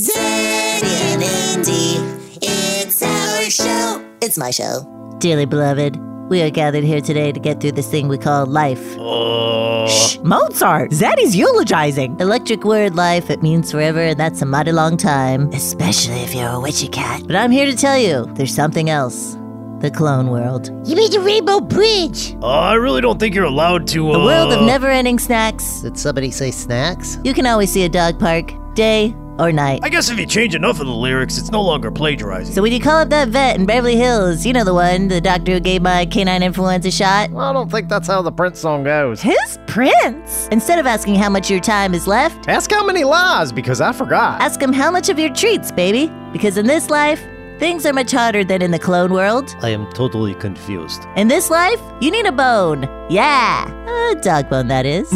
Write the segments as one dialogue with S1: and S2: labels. S1: Zed and Andy, it's our show. It's my show.
S2: Dearly beloved, we are gathered here today to get through this thing we call life.
S3: Uh,
S4: Shh, Mozart! Zaddy's eulogizing!
S2: Electric word life, it means forever, and that's a mighty long time, especially if you're a witchy cat. But I'm here to tell you there's something else the clone world.
S5: You mean the Rainbow Bridge?
S3: Uh, I really don't think you're allowed to. Uh,
S2: The world of never ending snacks.
S6: Did somebody say snacks?
S2: You can always see a dog park, day or night.
S3: I guess if you change enough of the lyrics, it's no longer plagiarizing.
S2: So when you call up that vet in Beverly Hills, you know the one, the doctor who gave my canine influenza shot,
S6: Well, I don't think that's how the Prince song goes.
S2: his prince. Instead of asking how much your time is left,
S6: Ask how many lies, because I forgot.
S2: Ask him how much of your treats, baby. Because in this life, things are much harder than in the clone world.
S4: I am totally confused.
S2: In this life, you need a bone. Yeah, a dog bone, that is.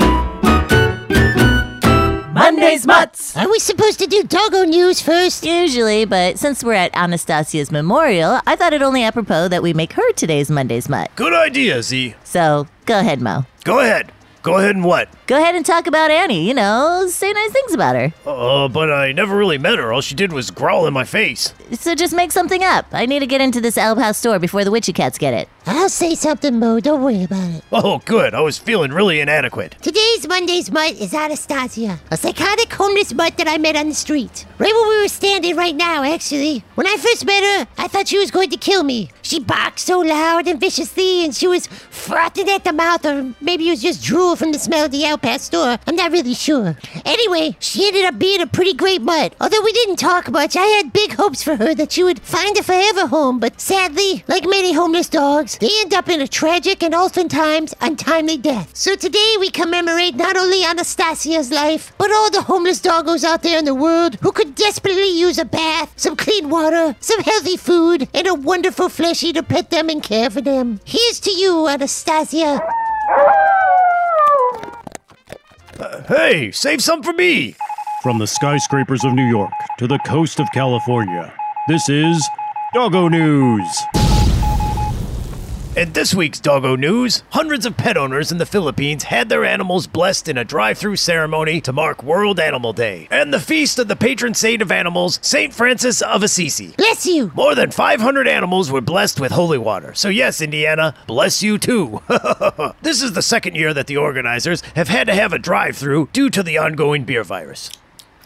S2: Monday's Mutts!
S5: Are we supposed to do doggo news first?
S2: Usually, but since we're at Anastasia's memorial, I thought it only apropos that we make her today's Monday's Mutt.
S3: Good idea, Z.
S2: So, go ahead, Mo.
S3: Go ahead. Go ahead and what?
S2: Go ahead and talk about Annie, you know, say nice things about her.
S3: Uh, but I never really met her. All she did was growl in my face.
S2: So just make something up. I need to get into this Elb House store before the witchy cats get it.
S5: I'll say something, Mo. Don't worry about it.
S3: Oh, good. I was feeling really inadequate.
S5: Today's Monday's mutt is Anastasia, a psychotic homeless mutt that I met on the street. Right where we were standing right now, actually. When I first met her, I thought she was going to kill me. She barked so loud and viciously, and she was frothing at the mouth, or maybe it was just drool from the smell of the El Pastor. I'm not really sure. Anyway, she ended up being a pretty great mutt. Although we didn't talk much, I had big hopes for her that she would find a forever home, but sadly, like many homeless dogs, they end up in a tragic and oftentimes untimely death. So today we commemorate not only Anastasia's life, but all the homeless doggos out there in the world who could desperately use a bath, some clean water, some healthy food, and a wonderful fleshy to pet them and care for them. Here's to you, Anastasia.
S3: Hey, save some for me.
S7: From the skyscrapers of New York to the coast of California, this is Doggo News.
S3: In this week's Doggo News, hundreds of pet owners in the Philippines had their animals blessed in a drive through ceremony to mark World Animal Day and the feast of the patron saint of animals, St. Francis of Assisi.
S5: Bless you.
S3: More than 500 animals were blessed with holy water. So, yes, Indiana, bless you too. this is the second year that the organizers have had to have a drive through due to the ongoing beer virus.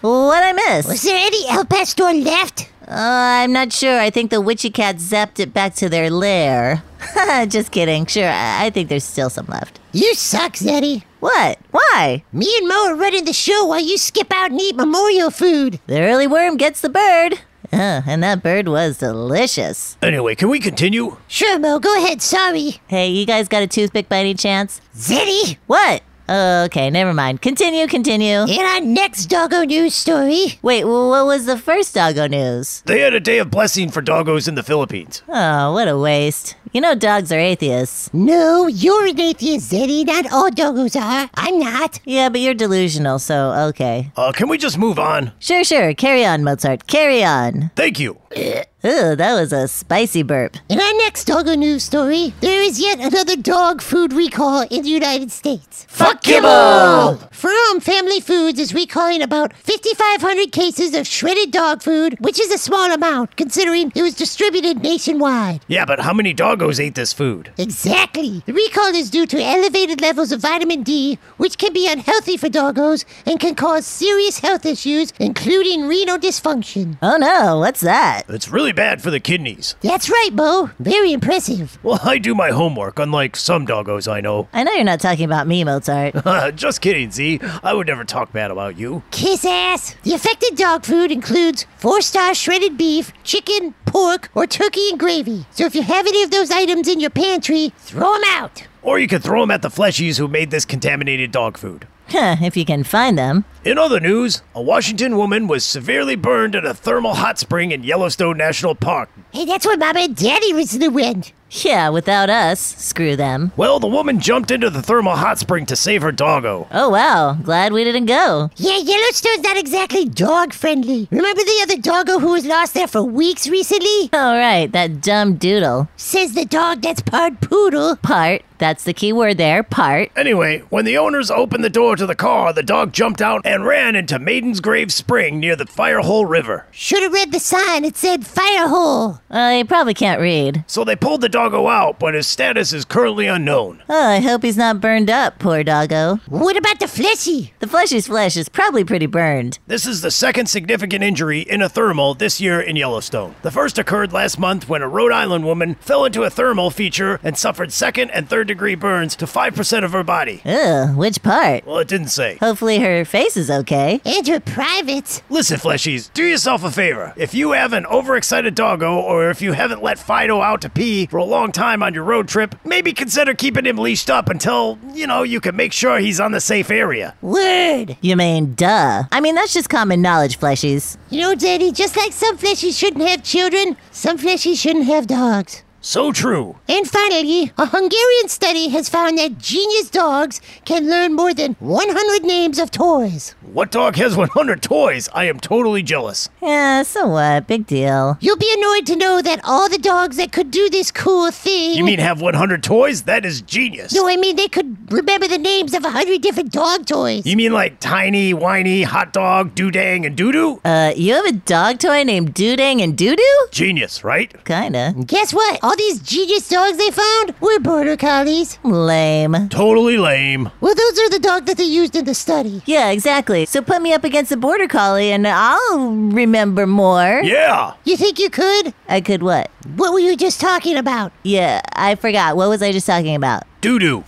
S2: What I miss?
S5: Is there any El Pastor left?
S2: Uh, I'm not sure. I think the witchy cat zapped it back to their lair. Just kidding. Sure, I-, I think there's still some left.
S5: You suck, Zeddy.
S2: What? Why?
S5: Me and Mo are running the show while you skip out and eat memorial food.
S2: The early worm gets the bird. Uh, and that bird was delicious.
S3: Anyway, can we continue?
S5: Sure, Mo, go ahead, sorry.
S2: Hey, you guys got a toothpick by any chance?
S5: Zeddy,
S2: What? Oh, okay, never mind. Continue, continue.
S5: in our next doggo news story,
S2: Wait, wh- what was the first doggo news?
S3: They had a day of blessing for doggos in the Philippines.
S2: Oh, what a waste. You know dogs are atheists.
S5: no, you're an atheist, Zeddy. Not all doggos are. I'm not.
S2: Yeah, but you're delusional, so okay.
S3: Uh, can we just move on?
S2: Sure, sure. Carry on, Mozart. Carry on.
S3: Thank you.
S2: Ooh, that was a spicy burp.
S5: In our next doggo news story, there is yet another dog food recall in the United States. Fuck kibble! From Family Foods is recalling about 5,500 cases of shredded dog food, which is a small amount considering it was distributed nationwide.
S3: Yeah, but how many doggos ate this food?
S5: Exactly. The recall is due to elevated levels of vitamin D, which can be unhealthy for doggos and can cause serious health issues, including renal dysfunction.
S2: Oh no, what's that?
S3: It's really bad for the kidneys.
S5: That's right, Bo. Very impressive.
S3: Well, I do my homework, unlike some doggos I know.
S2: I know you're not talking about me, Mozart.
S3: just kidding, Z. I would never talk bad about you.
S5: Kiss ass. The affected dog food includes four star shredded beef, chicken, pork, or turkey and gravy. So if you have any of those items in your pantry, throw them out.
S3: Or you could throw them at the fleshies who made this contaminated dog food.
S2: Huh, if you can find them.
S3: In other news, a Washington woman was severely burned at a thermal hot spring in Yellowstone National Park.
S5: Hey, that's where Mama and Daddy recently went.
S2: Yeah, without us, screw them.
S3: Well, the woman jumped into the thermal hot spring to save her doggo.
S2: Oh wow, glad we didn't go.
S5: Yeah, Yellowstone's not exactly dog friendly. Remember the other doggo who was lost there for weeks recently?
S2: All right, that dumb doodle.
S5: Says the dog that's part poodle.
S2: Part, that's the key word there, part.
S3: Anyway, when the owners opened the door to the car, the dog jumped out and ran into Maiden's Grave Spring near the Firehole River.
S5: Should have read the sign. It said fire hole.
S2: I Uh, probably can't read.
S3: So they pulled the doggo out, but his status is currently unknown.
S2: Oh, I hope he's not burned up, poor doggo.
S5: What about the fleshy?
S2: The fleshy's flesh is probably pretty burned.
S3: This is the second significant injury in a thermal this year in Yellowstone. The first occurred last month when a Rhode Island woman fell into a thermal feature and suffered second and third degree burns to 5% of her body.
S2: Ugh, which part?
S3: Well, it didn't say.
S2: Hopefully her face is okay.
S5: And her private.
S3: Listen, fleshies, do yourself a favor. If you have an overexcited doggo or if you haven't let Fido out to pee for a long time on your road trip, maybe consider keeping him leashed up until, you know, you can make sure he's on the safe area.
S5: Word.
S2: You mean, duh. I mean, that's just common knowledge, fleshies.
S5: You know, Daddy, just like some fleshies shouldn't have children, some fleshies shouldn't have dogs.
S3: So true.
S5: And finally, a Hungarian study has found that genius dogs can learn more than 100 names of toys.
S3: What dog has 100 toys? I am totally jealous.
S2: Yeah, so what? Big deal.
S5: You'll be annoyed to know that all the dogs that could do this cool thing.
S3: You mean have 100 toys? That is genius.
S5: No, I mean they could remember the names of a 100 different dog toys.
S3: You mean like tiny, whiny, hot dog, doodang, and doodoo?
S2: Uh, you have a dog toy named Doodang and Doodoo?
S3: Genius, right?
S2: Kinda.
S5: Guess what? All these genius dogs they found were border collies.
S2: Lame.
S3: Totally lame.
S5: Well, those are the dogs that they used in the study.
S2: Yeah, exactly. So put me up against a border collie and I'll remember more.
S3: Yeah.
S5: You think you could?
S2: I could what?
S5: What were you just talking about?
S2: Yeah, I forgot. What was I just talking about?
S3: Doodoo.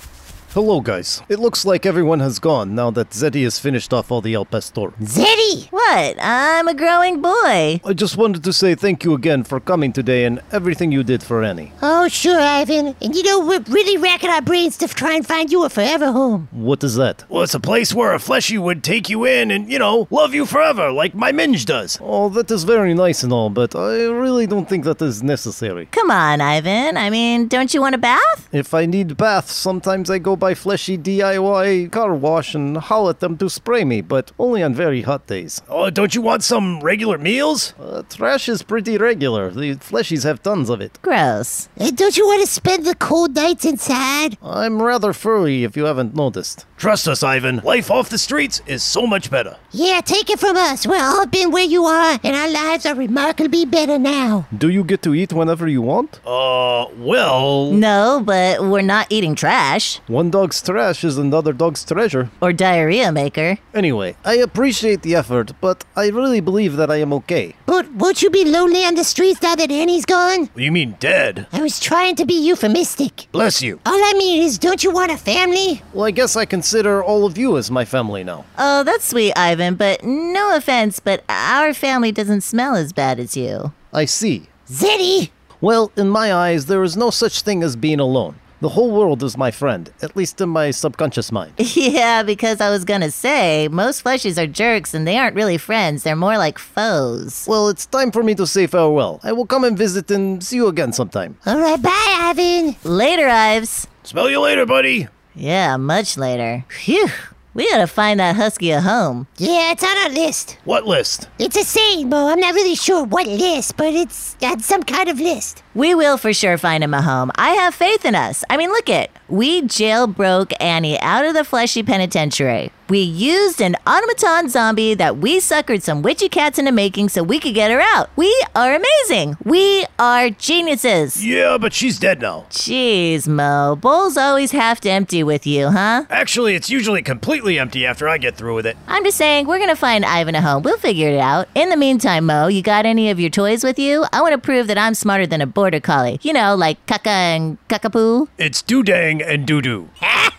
S6: Hello, guys. It looks like everyone has gone now that Zeddy has finished off all the El Pastor.
S5: Zeddy!
S2: What? I'm a growing boy.
S6: I just wanted to say thank you again for coming today and everything you did for Annie.
S5: Oh, sure, Ivan. And you know, we're really racking our brains to try and find you a forever home.
S6: What is that?
S3: Well, it's a place where a fleshy would take you in and, you know, love you forever, like my minge does.
S6: Oh, that is very nice and all, but I really don't think that is necessary.
S2: Come on, Ivan. I mean, don't you want a bath?
S6: If I need baths, sometimes I go buy fleshy DIY car wash and howl at them to spray me, but only on very hot days.
S3: Oh, don't you want some regular meals?
S6: Uh, trash is pretty regular. The fleshies have tons of it.
S2: Gross.
S5: And don't you want to spend the cold nights inside?
S6: I'm rather furry if you haven't noticed.
S3: Trust us, Ivan. Life off the streets is so much better.
S5: Yeah, take it from us. We're all been where you are, and our lives are remarkably better now.
S6: Do you get to eat whenever you want?
S3: Uh, well,
S2: No, but we're not eating trash
S6: One dog's trash is another dog's treasure.
S2: or diarrhea maker.
S6: Anyway, I appreciate the effort, but I really believe that I am okay.
S5: But won't you be lonely on the streets now that Annie's gone?
S3: you mean dead.
S5: I was trying to be euphemistic.
S3: Bless you.
S5: All I mean is, don't you want a family?
S6: Well, I guess I consider all of you as my family now.
S2: Oh, that's sweet, Ivan, but no offense, but our family doesn't smell as bad as you.
S6: I see.
S5: Zeddy!
S6: Well, in my eyes, there is no such thing as being alone. The whole world is my friend, at least in my subconscious mind.
S2: Yeah, because I was gonna say, most fleshies are jerks and they aren't really friends, they're more like foes.
S6: Well, it's time for me to say farewell. I will come and visit and see you again sometime.
S5: All right, bye, Ivan.
S2: Later, Ives.
S3: Smell you later, buddy.
S2: Yeah, much later. Phew. We gotta find that husky a home.
S5: Yeah, it's on our list.
S3: What list?
S5: It's a saying, Mo. I'm not really sure what list, but it's on some kind of list.
S2: We will for sure find him a home. I have faith in us. I mean, look it. We jailbroke Annie out of the fleshy penitentiary. We used an automaton zombie that we suckered some witchy cats into making so we could get her out. We are amazing. We are geniuses.
S3: Yeah, but she's dead now.
S2: Jeez, Mo. Bowls always half empty with you, huh?
S3: Actually, it's usually completely empty after I get through with it.
S2: I'm just saying, we're gonna find Ivan a home. We'll figure it out. In the meantime, Mo, you got any of your toys with you? I want to prove that I'm smarter than a border collie. You know, like Kaka and Kakapoo.
S3: It's doodang and doodoo.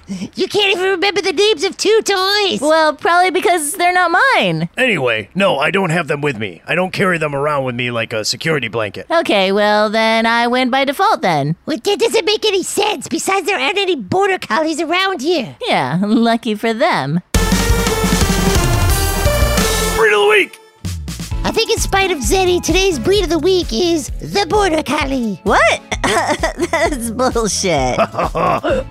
S5: You can't even remember the names of two toys.
S2: Well, probably because they're not mine.
S3: Anyway, no, I don't have them with me. I don't carry them around with me like a security blanket.
S2: Okay, well then I win by default then.
S5: Well, that doesn't make any sense. Besides, there aren't any border collies around here.
S2: Yeah, lucky for them.
S3: Breed of the week!
S5: I think, in spite of Zeddy, today's breed of the week is the border collie.
S2: What? That's bullshit.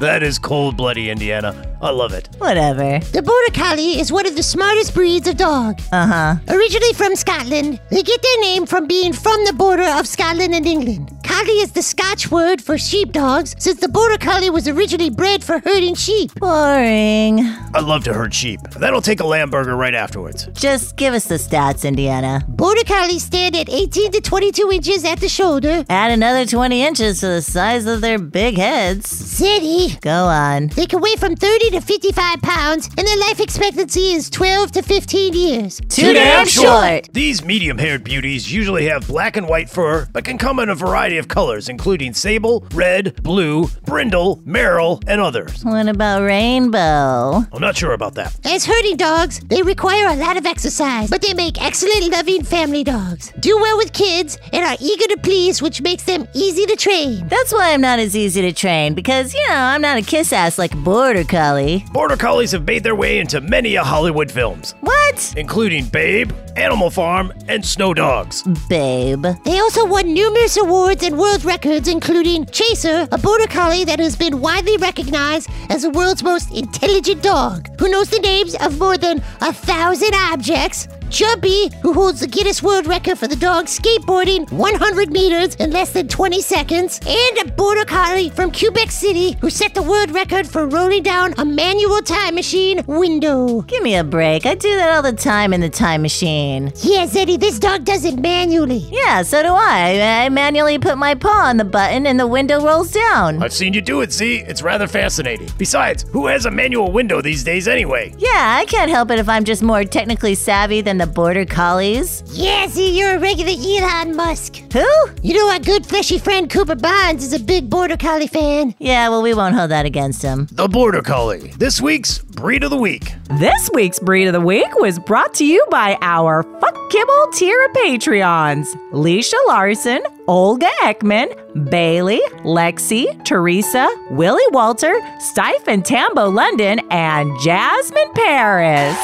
S3: That is cold bloody Indiana. I love it.
S2: Whatever.
S5: The border collie is one of the smartest breeds of dog.
S2: Uh huh.
S5: Originally from Scotland, they get their name from being from the border of Scotland and England. Collie is the Scotch word for sheepdogs, since the Border Collie was originally bred for herding sheep.
S2: Boring.
S3: I love to herd sheep. That'll take a lamb burger right afterwards.
S2: Just give us the stats, Indiana.
S5: Border Collies stand at 18 to 22 inches at the shoulder.
S2: Add another 20 inches to the size of their big heads.
S5: City.
S2: Go on.
S5: They can weigh from 30 to 55 pounds, and their life expectancy is 12 to 15 years.
S2: Too damn short.
S3: These medium haired beauties usually have black and white fur, but can come in a variety of colors, including sable, red, blue, brindle, merrill, and others.
S2: What about rainbow?
S3: I'm not sure about that.
S5: As herding dogs, they require a lot of exercise, but they make excellent loving family dogs. Do well with kids and are eager to please, which makes them easy to train.
S2: That's why I'm not as easy to train because, you know, I'm not a kiss ass like a border collie.
S3: Border collies have made their way into many a Hollywood films,
S2: What?
S3: including Babe, Animal Farm, and Snow Dogs.
S2: Babe.
S5: They also won numerous awards and world records, including Chaser, a border collie that has been widely recognized as the world's most intelligent dog, who knows the names of more than a thousand objects. Jumpy, who holds the Guinness World Record for the dog skateboarding 100 meters in less than 20 seconds, and a border collie from Quebec City who set the world record for rolling down a manual time machine window.
S2: Give me a break. I do that all the time in the time machine.
S5: Yes, Eddie, this dog does it manually.
S2: Yeah, so do I. I manually put my paw on the button and the window rolls down.
S3: I've seen you do it, see? It's rather fascinating. Besides, who has a manual window these days anyway?
S2: Yeah, I can't help it if I'm just more technically savvy than the border collies.
S5: Yes, you're a regular Elon Musk.
S2: Who?
S5: You know our good fleshy friend Cooper Bonds is a big border collie fan.
S2: Yeah, well, we won't hold that against him.
S3: The Border Collie. This week's Breed of the Week.
S8: This week's breed of the week was brought to you by our Fuck Kibble tier of Patreons Leisha Larson, Olga Ekman, Bailey, Lexi, Teresa, Willie Walter, Stiphen Tambo London, and Jasmine Paris.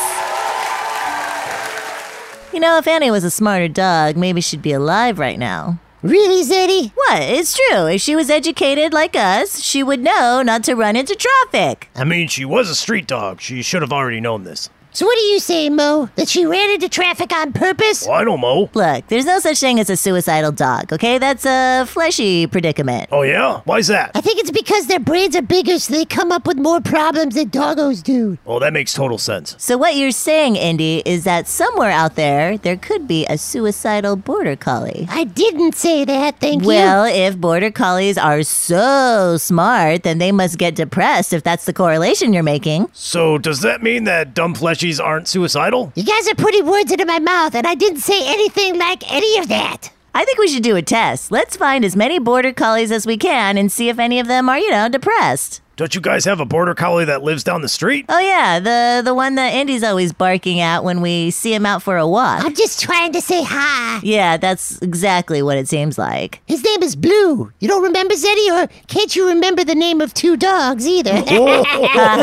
S2: You know, if Annie was a smarter dog, maybe she'd be alive right now.
S5: Really, Zeddy?
S2: What? It's true. If she was educated like us, she would know not to run into traffic.
S3: I mean, she was a street dog. She should have already known this.
S5: So what do you say, Mo? That she ran into traffic on purpose?
S3: Well, I don't know.
S2: Look, there's no such thing as a suicidal dog, okay? That's a fleshy predicament.
S3: Oh, yeah? Why's that?
S5: I think it's because their brains are bigger, so they come up with more problems than doggos do.
S3: Well, that makes total sense.
S2: So, what you're saying, Indy, is that somewhere out there, there could be a suicidal border collie.
S5: I didn't say that, thank
S2: Well, if border collies are so smart, then they must get depressed if that's the correlation you're making.
S3: So, does that mean that dumb fleshies aren't suicidal?
S5: you. You guys are putting words into my mouth, and I didn't say anything like any of that.
S2: I think we should do a test. Let's find as many border collies as we can and see if any of them are, you know, depressed.
S3: Don't you guys have a Border Collie that lives down the street?
S2: Oh yeah, the the one that Andy's always barking at when we see him out for a walk.
S5: I'm just trying to say hi.
S2: Yeah, that's exactly what it seems like.
S5: His name is Blue. You don't remember Zeddy, or can't you remember the name of two dogs either?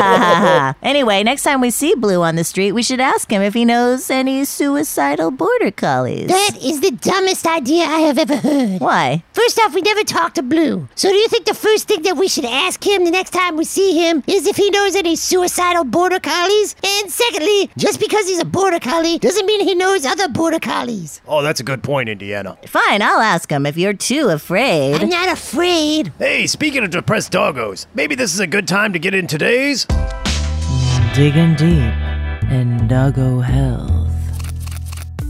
S2: anyway, next time we see Blue on the street, we should ask him if he knows any suicidal border collies.
S5: that is the dumbest idea I have ever heard.
S2: Why?
S5: First off, we never talked to Blue. So do you think the first thing that we should ask him the next time we see him is if he knows any suicidal border collies? And secondly, just because he's a border collie doesn't mean he knows other border collies.
S3: Oh, that's a good point, Indiana.
S2: Fine, I'll ask him if you're too
S5: I'm
S2: afraid.
S5: not afraid.
S3: Hey, speaking of depressed doggos, maybe this is a good time to get in today's.
S9: Digging deep in doggo health.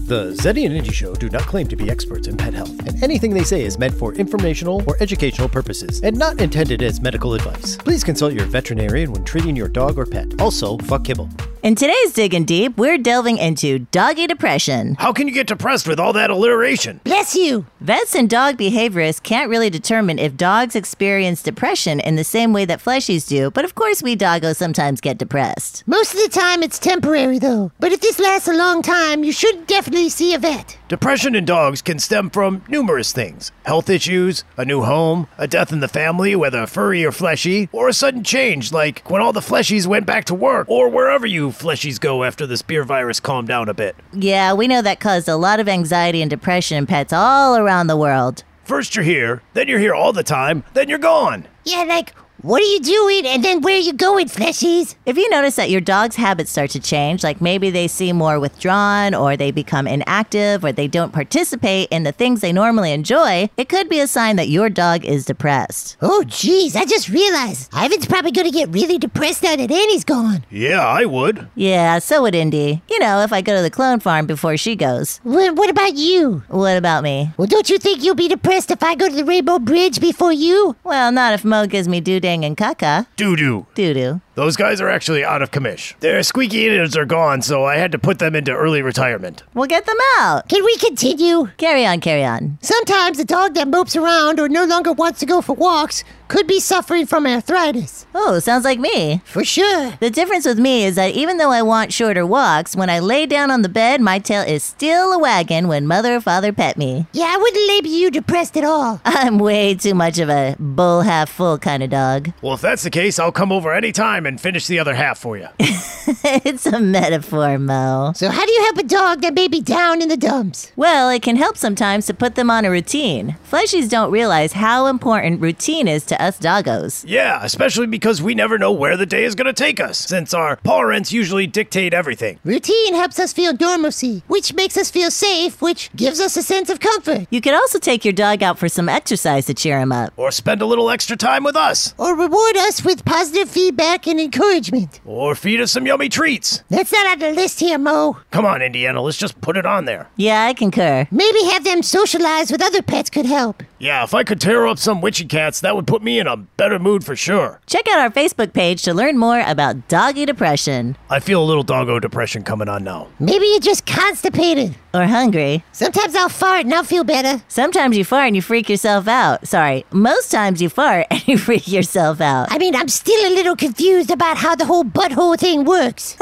S6: The Zeddy and Indy Show do not claim to be experts in pet health, and anything they say is meant for informational or educational purposes and not intended as medical advice. Please consult your veterinarian when treating your dog or pet. Also, fuck kibble.
S2: In today's Digging Deep, we're delving into doggy depression.
S3: How can you get depressed with all that alliteration?
S5: Bless you.
S2: Vets and dog behaviorists can't really determine if dogs experience depression in the same way that fleshies do, but of course, we doggos sometimes get depressed.
S5: Most of the time, it's temporary, though. But if this lasts a long time, you should definitely see a vet.
S3: Depression in dogs can stem from numerous things health issues, a new home, a death in the family, whether furry or fleshy, or a sudden change, like when all the fleshies went back to work, or wherever you fleshies go after the spear virus calmed down a bit.
S2: Yeah, we know that caused a lot of anxiety and depression in pets all around the world.
S3: First you're here, then you're here all the time, then you're gone.
S5: Yeah, like What are you doing and then where are you going, fleshies?
S2: If you notice that your dog's habits start to change, like maybe they seem more withdrawn or they become inactive or they don't participate in the things they normally enjoy, it could be a sign that your dog is depressed.
S5: Oh, jeez, I just realized Ivan's probably gonna get really depressed now that Annie's gone.
S3: Yeah, I would.
S2: Yeah, so would Indy. You know, if I go to the clone farm before she goes.
S5: What, what about you?
S2: What about me?
S5: Well, don't you think you'll be depressed if I go to the Rainbow Bridge before you?
S2: Well, not if Mo gives me doodang and caca.
S3: Doo doo.
S2: Doo doo.
S3: Those guys are actually out of commish. Their squeaky innards are gone, so I had to put them into early retirement.
S2: We'll get them out.
S5: Can we continue?
S2: Carry on, carry on.
S5: Sometimes a dog that mopes around or no longer wants to go for walks could be suffering from arthritis.
S2: Oh, sounds like me.
S5: For sure.
S2: The difference with me is that even though I want shorter walks, when I lay down on the bed, my tail is still a wagging when mother or father pet me.
S5: Yeah, I wouldn't label you depressed at all.
S2: I'm way too much of a bull half full kind of dog.
S3: Well, if that's the case, I'll come over any time and finish the other half for you.
S2: it's a metaphor, Mo.
S5: So, how do you help a dog that may be down in the dumps?
S2: Well, it can help sometimes to put them on a routine. Fleshies don't realize how important routine is to us doggos.
S3: yeah, especially because we never know where the day is going to take us, since our paw rents usually dictate everything.
S5: Routine helps us feel normalcy, which makes us feel safe, which gives us a sense of comfort.
S2: You can also take your dog out for some exercise to cheer him up.
S3: Or spend a little extra time with us.
S5: Or reward us with positive feedback and encouragement.
S3: Or feed us some yummy treats.
S5: That's not on the list here, Mo.
S3: Come on, Indiana, let's just put it on there.
S2: Yeah, I concur.
S5: Maybe have them socialize with other pets could help.
S3: Yeah, if I could tear up some witchy cats, that would put me in a better mood for sure.
S2: Check out our Facebook page to learn more about doggy depression.
S3: I feel a little doggo depression coming on now.
S5: Maybe you're just constipated.
S2: Or hungry.
S5: Sometimes I'll fart and I'll feel better.
S2: Sometimes you fart and you freak yourself out. Sorry, most times you fart and you freak yourself out.
S5: I mean, I'm still a little confused about how the whole butthole thing works.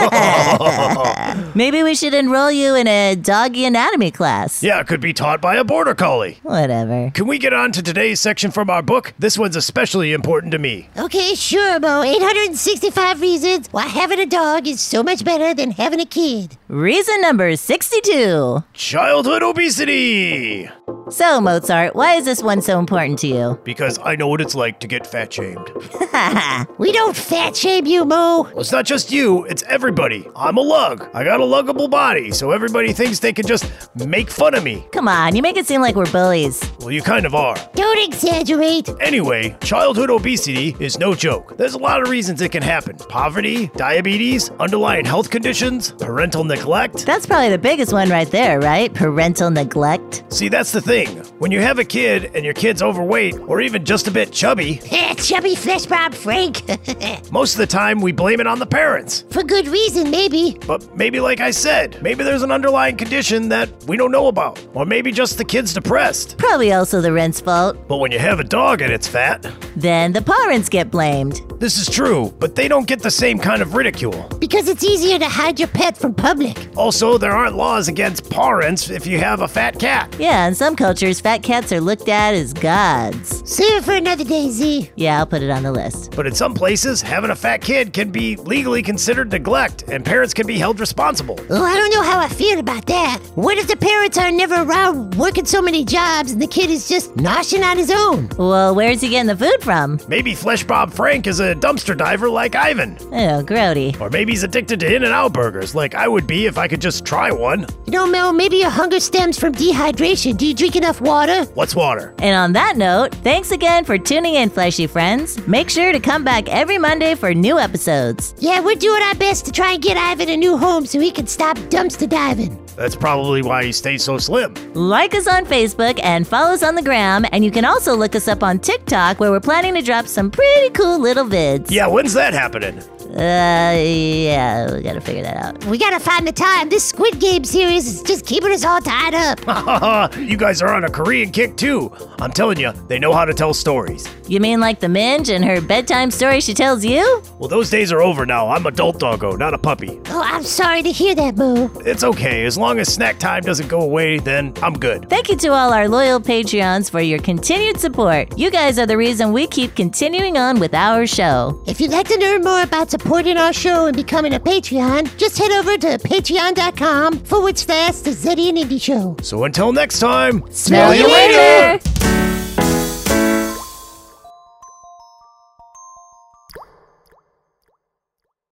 S2: Maybe we should enroll you in a doggy anatomy class.
S3: Yeah, it could be taught by a border collie.
S2: Whatever.
S3: Can we get on to today's section from our book? This one's especially important to me.
S5: okay, sure, Mo. 865 reasons why having a dog is so much better than having a kid.
S2: Reason number 62.
S3: Childhood obesity!
S2: So, Mozart, why is this one so important to you?
S3: Because I know what it's like to get fat shamed.
S5: We don't fat shame you, Mo.
S3: Well, it's not just you, it's everybody. I'm a lug. I got a luggable body, so everybody thinks they can just make fun of me.
S2: Come on, you make it seem like we're bullies.
S3: Well, you kind of are.
S5: Don't exaggerate.
S3: Anyway, childhood obesity is no joke. There's a lot of reasons it can happen poverty, diabetes, underlying health conditions, parental neglect.
S2: That's probably the biggest one right there, right? Parental neglect.
S3: See, that's the thing. When you have a kid and your kid's overweight or even just a bit chubby,
S5: Eh, chubby flesh bob Frank.
S3: most of the time we blame it on the parents.
S5: For good reason, maybe.
S3: But maybe, like I said, maybe there's an underlying condition that we don't know about, or maybe just the kid's depressed.
S2: Probably also the rent's fault.
S3: But when you have a dog and it's fat,
S2: Then the parents get blamed.
S3: this is true, but they don't get the same kind of ridicule.
S5: Because it's easier to hide your pet from public.
S3: Also, there aren't laws against parents if you have a fat cat.
S2: Yeah, in some cultures, fat cats are looked at as gods.
S5: Save it for another day, Z.
S2: Yeah, I'll put it on the list.
S3: But in some places, having a fat kid can be legally considered neglect, and parents can be held responsible.
S5: Oh, I don't know how I feel about that. What if the parents are never around working so many jobs and the kid is just noshing on his own?
S2: Well, where's he getting the food from?
S3: Maybe Flesh Bob Frank is a dumpster diver like Ivan.
S2: Oh, grody.
S3: Or maybe he's addicted to In N Out burgers like I would be if I could just try one.
S5: You know, Mel, maybe your hunger stems from dehydration. Do you drink enough water?
S3: What's water?
S2: And on that note, thanks again for tuning in, fleshy friends. Make sure to come back every Monday for new episodes.
S5: Yeah, we're doing our best to try and get Ivan a new home so he can stop dumpster diving.
S3: That's probably why he stays so slim.
S2: Like us on Facebook and follow us on the gram, and you can also look us up on TikTok where we're planning to drop some pretty cool little vids.
S3: Yeah, when's that happening?
S2: Uh, yeah, we gotta figure that out.
S5: We gotta find the time. This Squid Game series is just keeping us all tied up.
S3: you guys are on a Korean kick too. I'm telling you, they know how to tell stories.
S2: You mean like the Minge and her bedtime story she tells you?
S3: Well, those days are over now. I'm adult doggo, not a puppy.
S5: Oh, I'm sorry to hear that, Mo.
S3: It's okay. As long as snack time doesn't go away, then I'm good.
S2: Thank you to all our loyal Patreons for your continued support. You guys are the reason we keep continuing on with our show.
S5: If you'd like to learn more about supporting our show and becoming a Patreon, just head over to patreon.com forward slash the Zeddy and Indie Show.
S3: So until next time,
S2: Smell you later!